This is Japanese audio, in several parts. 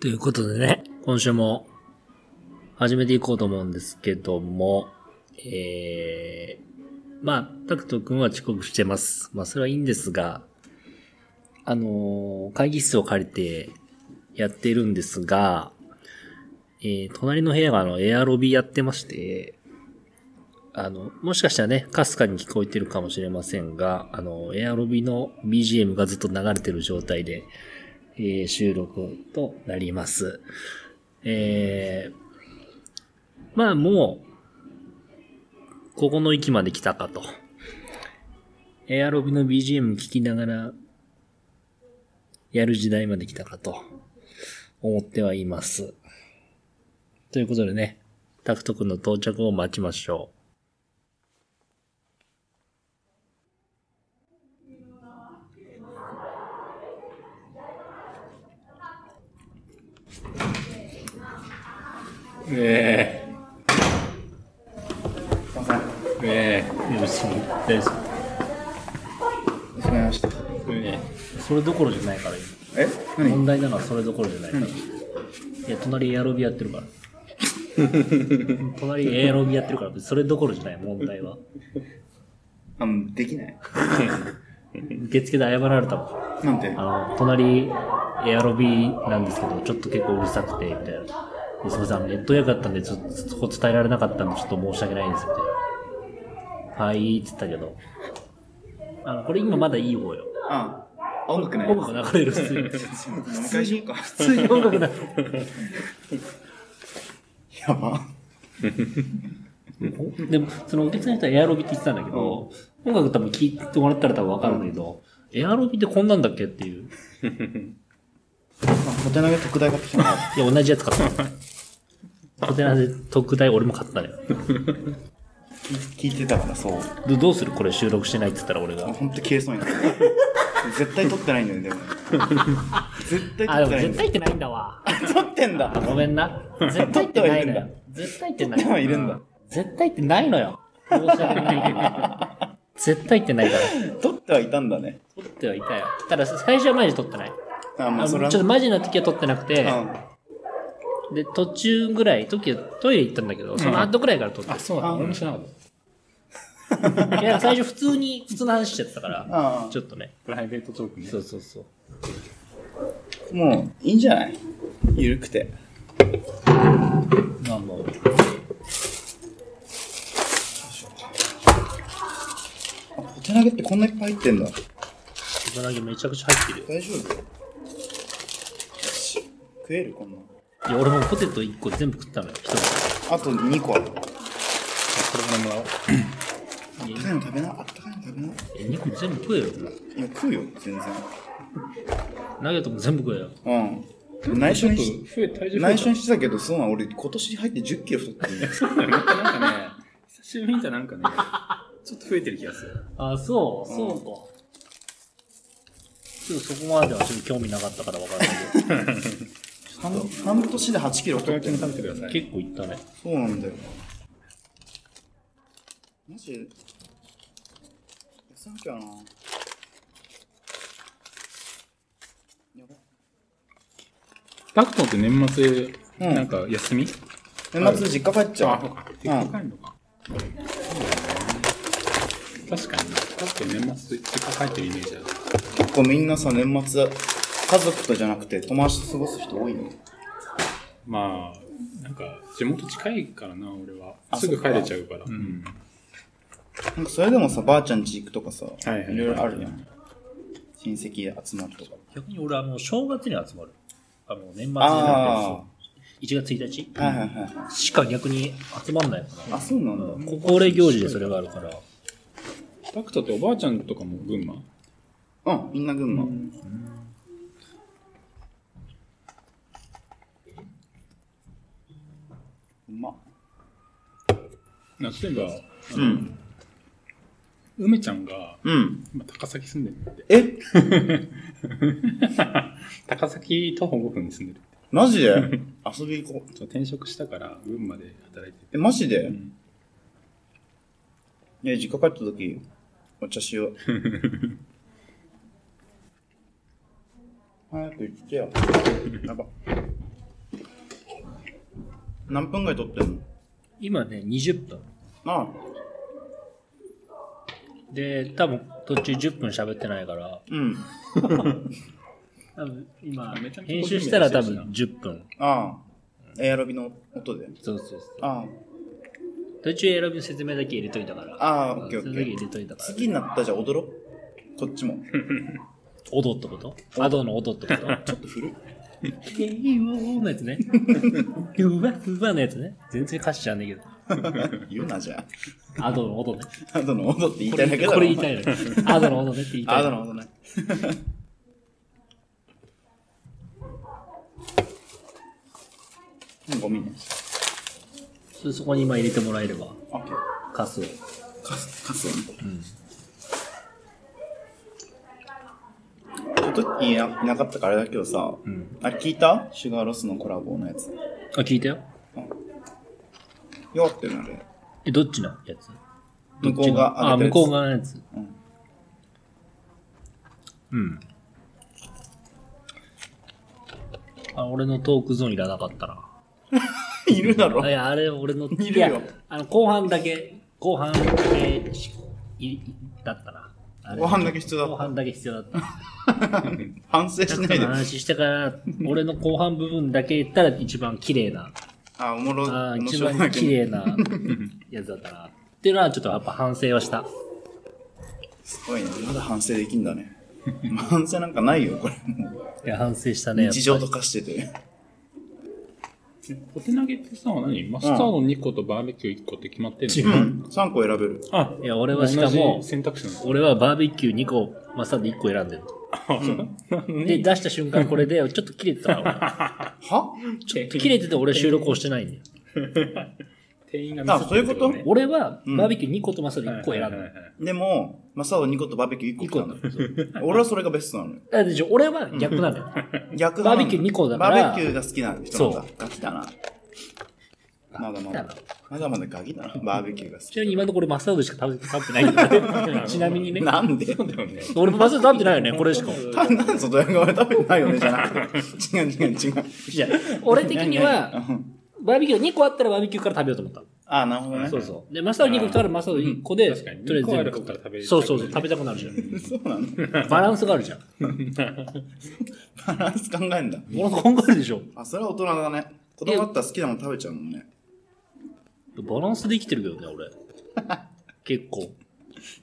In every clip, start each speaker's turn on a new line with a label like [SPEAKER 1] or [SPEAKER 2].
[SPEAKER 1] ということでね、今週も始めていこうと思うんですけども、えー、まあ、タクト君は遅刻してます。まあ、それはいいんですが、あのー会議室を借りてやってるんですが、えー、隣の部屋があの、エアロビやってまして、あの、もしかしたらね、かすかに聞こえてるかもしれませんが、あの、エアロビの BGM がずっと流れてる状態で、えー収録となります。えー、まあもう、ここの域まで来たかと。エアロビの BGM 聞きながら、やる時代まで来たかと、思ってはいます。ということでね、タクト君の到着を待ちましょう。ええええよろしい大丈
[SPEAKER 2] しまいました。
[SPEAKER 1] 夫ええそれどころじゃないから今
[SPEAKER 2] え
[SPEAKER 1] 問題なのはそれどころじゃないからいや隣エアロビやってるから隣エアロビやってるからそれどころじゃない問題は
[SPEAKER 2] あの、できない。
[SPEAKER 1] 受付で謝られたもん
[SPEAKER 2] なんて
[SPEAKER 1] あの隣エアロビなんですけどちょっと結構うるさくてみたいなですみませんあのネットやかったんでちょっとそこ伝えられなかったんでちょっと申し訳ないですみたいなはいっつったけどあのこれ今まだいい方よ
[SPEAKER 2] ああ、音楽ない。
[SPEAKER 1] 音楽流れる普通に
[SPEAKER 2] 飲み会しようか。
[SPEAKER 1] 普通に音楽流れる
[SPEAKER 2] やば。
[SPEAKER 1] でも、そのお客さんの人はエアロビって言ってたんだけど、音楽多分聴いてもらったら多分わかるんだけど、エアロビってこんなんだっけっていう。
[SPEAKER 2] あ、小手投げ特大買ってきた。
[SPEAKER 1] いや、同じやつ買った。小手なんで特大俺も買ったのよ。
[SPEAKER 2] 聞いてたから、そう。
[SPEAKER 1] どどうするこれ収録してないって言ったら俺
[SPEAKER 2] あ
[SPEAKER 1] が。
[SPEAKER 2] ほんと消えそうになる。絶対撮ってないんだよね、でも。絶対
[SPEAKER 1] あ、
[SPEAKER 2] 撮
[SPEAKER 1] でも
[SPEAKER 2] ってないん
[SPEAKER 1] 絶
[SPEAKER 2] だよ。
[SPEAKER 1] 対ってないんだわ。
[SPEAKER 2] 撮ってんだ。
[SPEAKER 1] ごめんな。絶対ってないんだよ。絶対ってない。
[SPEAKER 2] 撮ってはいるんだ。
[SPEAKER 1] 絶対ってないのよ。申し訳ない。絶対ってないから。
[SPEAKER 2] 撮ってはいたんだね。
[SPEAKER 1] 撮ってはいたよ。ただ、最初はマジで撮ってない。
[SPEAKER 2] あ、
[SPEAKER 1] あ
[SPEAKER 2] まあ、それ
[SPEAKER 1] の
[SPEAKER 2] は。
[SPEAKER 1] ちょっと
[SPEAKER 2] っ
[SPEAKER 1] マジな時は撮ってなくて、
[SPEAKER 2] あ、
[SPEAKER 1] で、途中ぐらい、時はトイレ行ったんだけど、その後ぐらいから撮って。
[SPEAKER 3] そうだ、俺も知らなかった。
[SPEAKER 1] いや、最初普通に、普通の話しちゃってたから、
[SPEAKER 2] あ
[SPEAKER 1] ちょっとね。
[SPEAKER 3] プライベートトークね。
[SPEAKER 1] そうそうそう。
[SPEAKER 2] あ、もう、いいんじゃないゆるくて。
[SPEAKER 1] まあまあ。
[SPEAKER 2] あ、小手投げってこんないっぱい入ってんだ。
[SPEAKER 1] 小田めちゃくちゃ入ってるよ。
[SPEAKER 2] 大丈夫よし食えるこんな。
[SPEAKER 1] いや、俺もポテト1個全部食ったのよ、一人で。
[SPEAKER 2] あと2個ある。
[SPEAKER 3] これももらおう。
[SPEAKER 2] あったかいの食べな、あったかいの食べな。い
[SPEAKER 1] え、2個全部食えよ。
[SPEAKER 2] や、食うよ、全然。
[SPEAKER 1] ナゲットも全部食えよ。
[SPEAKER 2] うん。内緒にし、
[SPEAKER 3] 増え、体重増え
[SPEAKER 2] 内緒にしてたけど、そうなん、俺今年入って10キロ太ってる。
[SPEAKER 3] た。なんかね、久しぶりに見たなん かね、ちょっと増えてる気がする。
[SPEAKER 1] あ、そう、そうか。ちょっとそこまではちょっと興味なかったから分からないけど。
[SPEAKER 2] 半半年で8キロ太ってる。
[SPEAKER 3] べてくださ。
[SPEAKER 1] 結構いったね。
[SPEAKER 2] そうなんだよ。マジ痩せなきゃな。や
[SPEAKER 3] タクトって年末、なんか休み
[SPEAKER 2] ば年末実家帰っちゃう。
[SPEAKER 3] か。結構帰るのか。確かに、タクト年末、実家帰ってるイメージある。
[SPEAKER 2] 結構みんなさ、年末、家族とじゃなくて友達と過ごす人多いの。
[SPEAKER 3] まあ、なんか、地元近いからな、俺は。
[SPEAKER 2] あ
[SPEAKER 3] すぐ帰れちゃうから。うん。
[SPEAKER 2] なんかそれでもさ、ばあちゃん家行くとかさ、
[SPEAKER 3] はいいはい
[SPEAKER 2] ろいろあるやん。親戚集まるとか。
[SPEAKER 1] 逆に俺、あの、正月に集まる。あの、年末にな
[SPEAKER 2] あ
[SPEAKER 1] って、1月1日
[SPEAKER 2] あ。はいはいはいはい。
[SPEAKER 1] しか逆に集まんないから。
[SPEAKER 2] あ、そうなんだ。
[SPEAKER 1] ここ俺行事でそれがあるから。
[SPEAKER 3] タクトっておばあちゃんとかも群馬
[SPEAKER 2] うん、みんな群馬。うまっ。
[SPEAKER 3] な例えば、
[SPEAKER 2] うん。
[SPEAKER 3] 梅ちゃんが、
[SPEAKER 2] うん。
[SPEAKER 3] 今高崎住んでるんだって。
[SPEAKER 2] え
[SPEAKER 3] 高崎徒歩5分に住んでるって
[SPEAKER 2] マジで遊び行こう。
[SPEAKER 3] そう転職したから群馬で働いてて
[SPEAKER 2] え、マジで、
[SPEAKER 3] ん
[SPEAKER 2] いや、実家帰った時、お茶しよ う。早く行ってよ。やば。何分ぐらい撮ってんの
[SPEAKER 1] 今ね、20分。
[SPEAKER 2] ああ、
[SPEAKER 1] で、多分途中10分喋ってないから、
[SPEAKER 2] うん。
[SPEAKER 1] 多分今
[SPEAKER 3] めちゃ、めちゃ
[SPEAKER 1] 編集したら多分10分。
[SPEAKER 2] ああ。エアロビの音で。
[SPEAKER 1] そうそうそう。
[SPEAKER 2] あ
[SPEAKER 1] 途中選びの説明だけ入れといたから。
[SPEAKER 2] ああオッケー
[SPEAKER 1] それ
[SPEAKER 2] オッケー
[SPEAKER 1] だけ入れといた
[SPEAKER 2] あ。
[SPEAKER 1] から。
[SPEAKER 2] 次になったじゃあ踊ろう。こっちも。
[SPEAKER 1] オドってことアドのオドってことちょっと
[SPEAKER 2] 古っ
[SPEAKER 1] ヘイウォーのやつね。ふわふわのやつね。全然歌詞じゃねえけど。
[SPEAKER 2] 言うなじゃ
[SPEAKER 1] アドのオドね。
[SPEAKER 2] あ。アドの音って言い
[SPEAKER 1] こ
[SPEAKER 2] た
[SPEAKER 1] れ
[SPEAKER 2] いだけだろ。
[SPEAKER 1] これ言いたい の。アドのオドねって言いた
[SPEAKER 2] ア
[SPEAKER 1] い
[SPEAKER 2] ド
[SPEAKER 1] の。
[SPEAKER 2] の音ね。うんゴミね。
[SPEAKER 1] そそこに今入れてもらえれば、
[SPEAKER 2] オッケー。
[SPEAKER 1] カスを。
[SPEAKER 2] カス、カスをね。音いななかったからあれだけどさ、
[SPEAKER 1] うん。
[SPEAKER 2] あれ聞いたシュガーロスのコラボのやつ。
[SPEAKER 1] あ、聞いたよ。
[SPEAKER 2] よってなる。
[SPEAKER 1] え、どっちのやつ
[SPEAKER 2] 向こうが
[SPEAKER 1] あ、
[SPEAKER 2] 上
[SPEAKER 1] 向
[SPEAKER 2] げたやつ
[SPEAKER 1] こう側のやつ。
[SPEAKER 2] うん
[SPEAKER 1] うん。あ、俺のトークゾーンいらなかったな。
[SPEAKER 2] いるだろ
[SPEAKER 1] あいや、あれ、俺の、
[SPEAKER 2] るよ
[SPEAKER 1] いやあの、後半だけ、後半だけし、い、いだったな。あれ
[SPEAKER 2] 後半だけ必要だ
[SPEAKER 1] 後
[SPEAKER 2] った。
[SPEAKER 1] 半だけ必要だった。
[SPEAKER 2] 反省しないで。
[SPEAKER 1] 話してから、俺の後半部分だけ言ったら一番綺麗な、
[SPEAKER 2] あ、おもろ、
[SPEAKER 1] あー
[SPEAKER 2] 面
[SPEAKER 1] 一
[SPEAKER 2] 白いな
[SPEAKER 1] 番綺麗なやつだったな。っていうのはちょっとやっぱ反省はした。
[SPEAKER 2] すごいね。まだ反省できんだね。反省なんかないよ、これ。も
[SPEAKER 1] いや、反省した
[SPEAKER 2] う
[SPEAKER 1] ね。
[SPEAKER 2] 日常と化してて。
[SPEAKER 3] ポテ投げってさ、何マスタード2個とバーベキュー1個って決まってん
[SPEAKER 2] う
[SPEAKER 3] の、
[SPEAKER 2] ん。3個選べる。
[SPEAKER 3] あ、
[SPEAKER 1] いや俺はしかも
[SPEAKER 3] 同じ選択肢なの。
[SPEAKER 1] 俺はバーベキュー2個、マスタード1個選んでる。で、出した瞬間これで、ちょっと切れてたわ
[SPEAKER 2] は
[SPEAKER 1] 俺ちょっと切れてて俺収録をしてないんだよ。
[SPEAKER 3] 店員がミスってるってね
[SPEAKER 1] 俺は、
[SPEAKER 2] うん
[SPEAKER 1] バーベキュー2個とマスタード1個選んだ。
[SPEAKER 3] はいはいはいはい
[SPEAKER 2] でも、マサオ2個とバーベキュー1個来たの。俺はそれがベストなのよ。
[SPEAKER 1] だってじゃあ俺は逆なのよ。
[SPEAKER 2] 逆派なの
[SPEAKER 1] バーベキュー二個だから
[SPEAKER 2] バーベキューが好きな人なんだ。ガキだな。まだま
[SPEAKER 1] ガキ
[SPEAKER 2] だ
[SPEAKER 1] だな。
[SPEAKER 2] まだまだガキだな。バーベキューが好
[SPEAKER 1] ちなみに今のところマスタードしか食べて食べてないからねちなみに
[SPEAKER 2] き。
[SPEAKER 1] ね。
[SPEAKER 2] なんで
[SPEAKER 3] そうだよね。
[SPEAKER 1] 俺もマスタード食べてないよね、これしか。
[SPEAKER 2] たなんで外側食べてないよねじゃなくて。違う違う違う。
[SPEAKER 1] いや、俺的に は、
[SPEAKER 2] うん
[SPEAKER 1] バーベキュー2個あったらバーベキューから食べようと思ったの。
[SPEAKER 2] あ、なるほどね。
[SPEAKER 1] そうそう。で、マスタード2個来たらマスタード1個で、
[SPEAKER 3] 確かに
[SPEAKER 1] とりあえず全部
[SPEAKER 3] 二個あるから食べれる
[SPEAKER 1] そうそうそう、食べたくなる じゃ
[SPEAKER 2] そうなの
[SPEAKER 1] ん。バランスがあるじゃん。
[SPEAKER 2] バランス考えんだ。
[SPEAKER 1] 俺の考えるでしょ。
[SPEAKER 2] あ、それは大人だね。子供だったら好きなもの食べちゃうもんね。
[SPEAKER 1] バランスで生きてるけどね、俺。結構。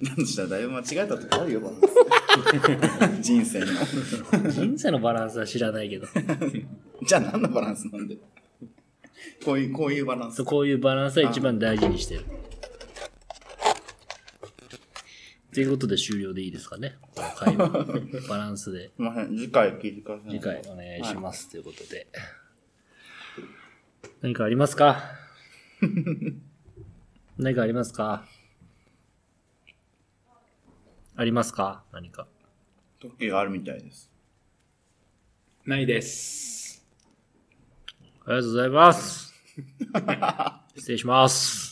[SPEAKER 2] なんとしたらだいぶ間違えたとこあるよ、バラン ス。人生の。
[SPEAKER 1] 人生のバランスは知らないけど。
[SPEAKER 2] じゃあ何のバランスなんでこういう、こういうバラン
[SPEAKER 1] そ
[SPEAKER 2] ス
[SPEAKER 1] う。こういうバランスは一番大事にしてる。ということで終了でいいですかね。この回はバランスです
[SPEAKER 2] いません、次回聞いてください。
[SPEAKER 1] 次回お願いします、ということで。何かありますか 何かありますかありますか何か。
[SPEAKER 2] 特技があるみたいです。
[SPEAKER 3] ないです。
[SPEAKER 1] ありがとうございます。失礼します。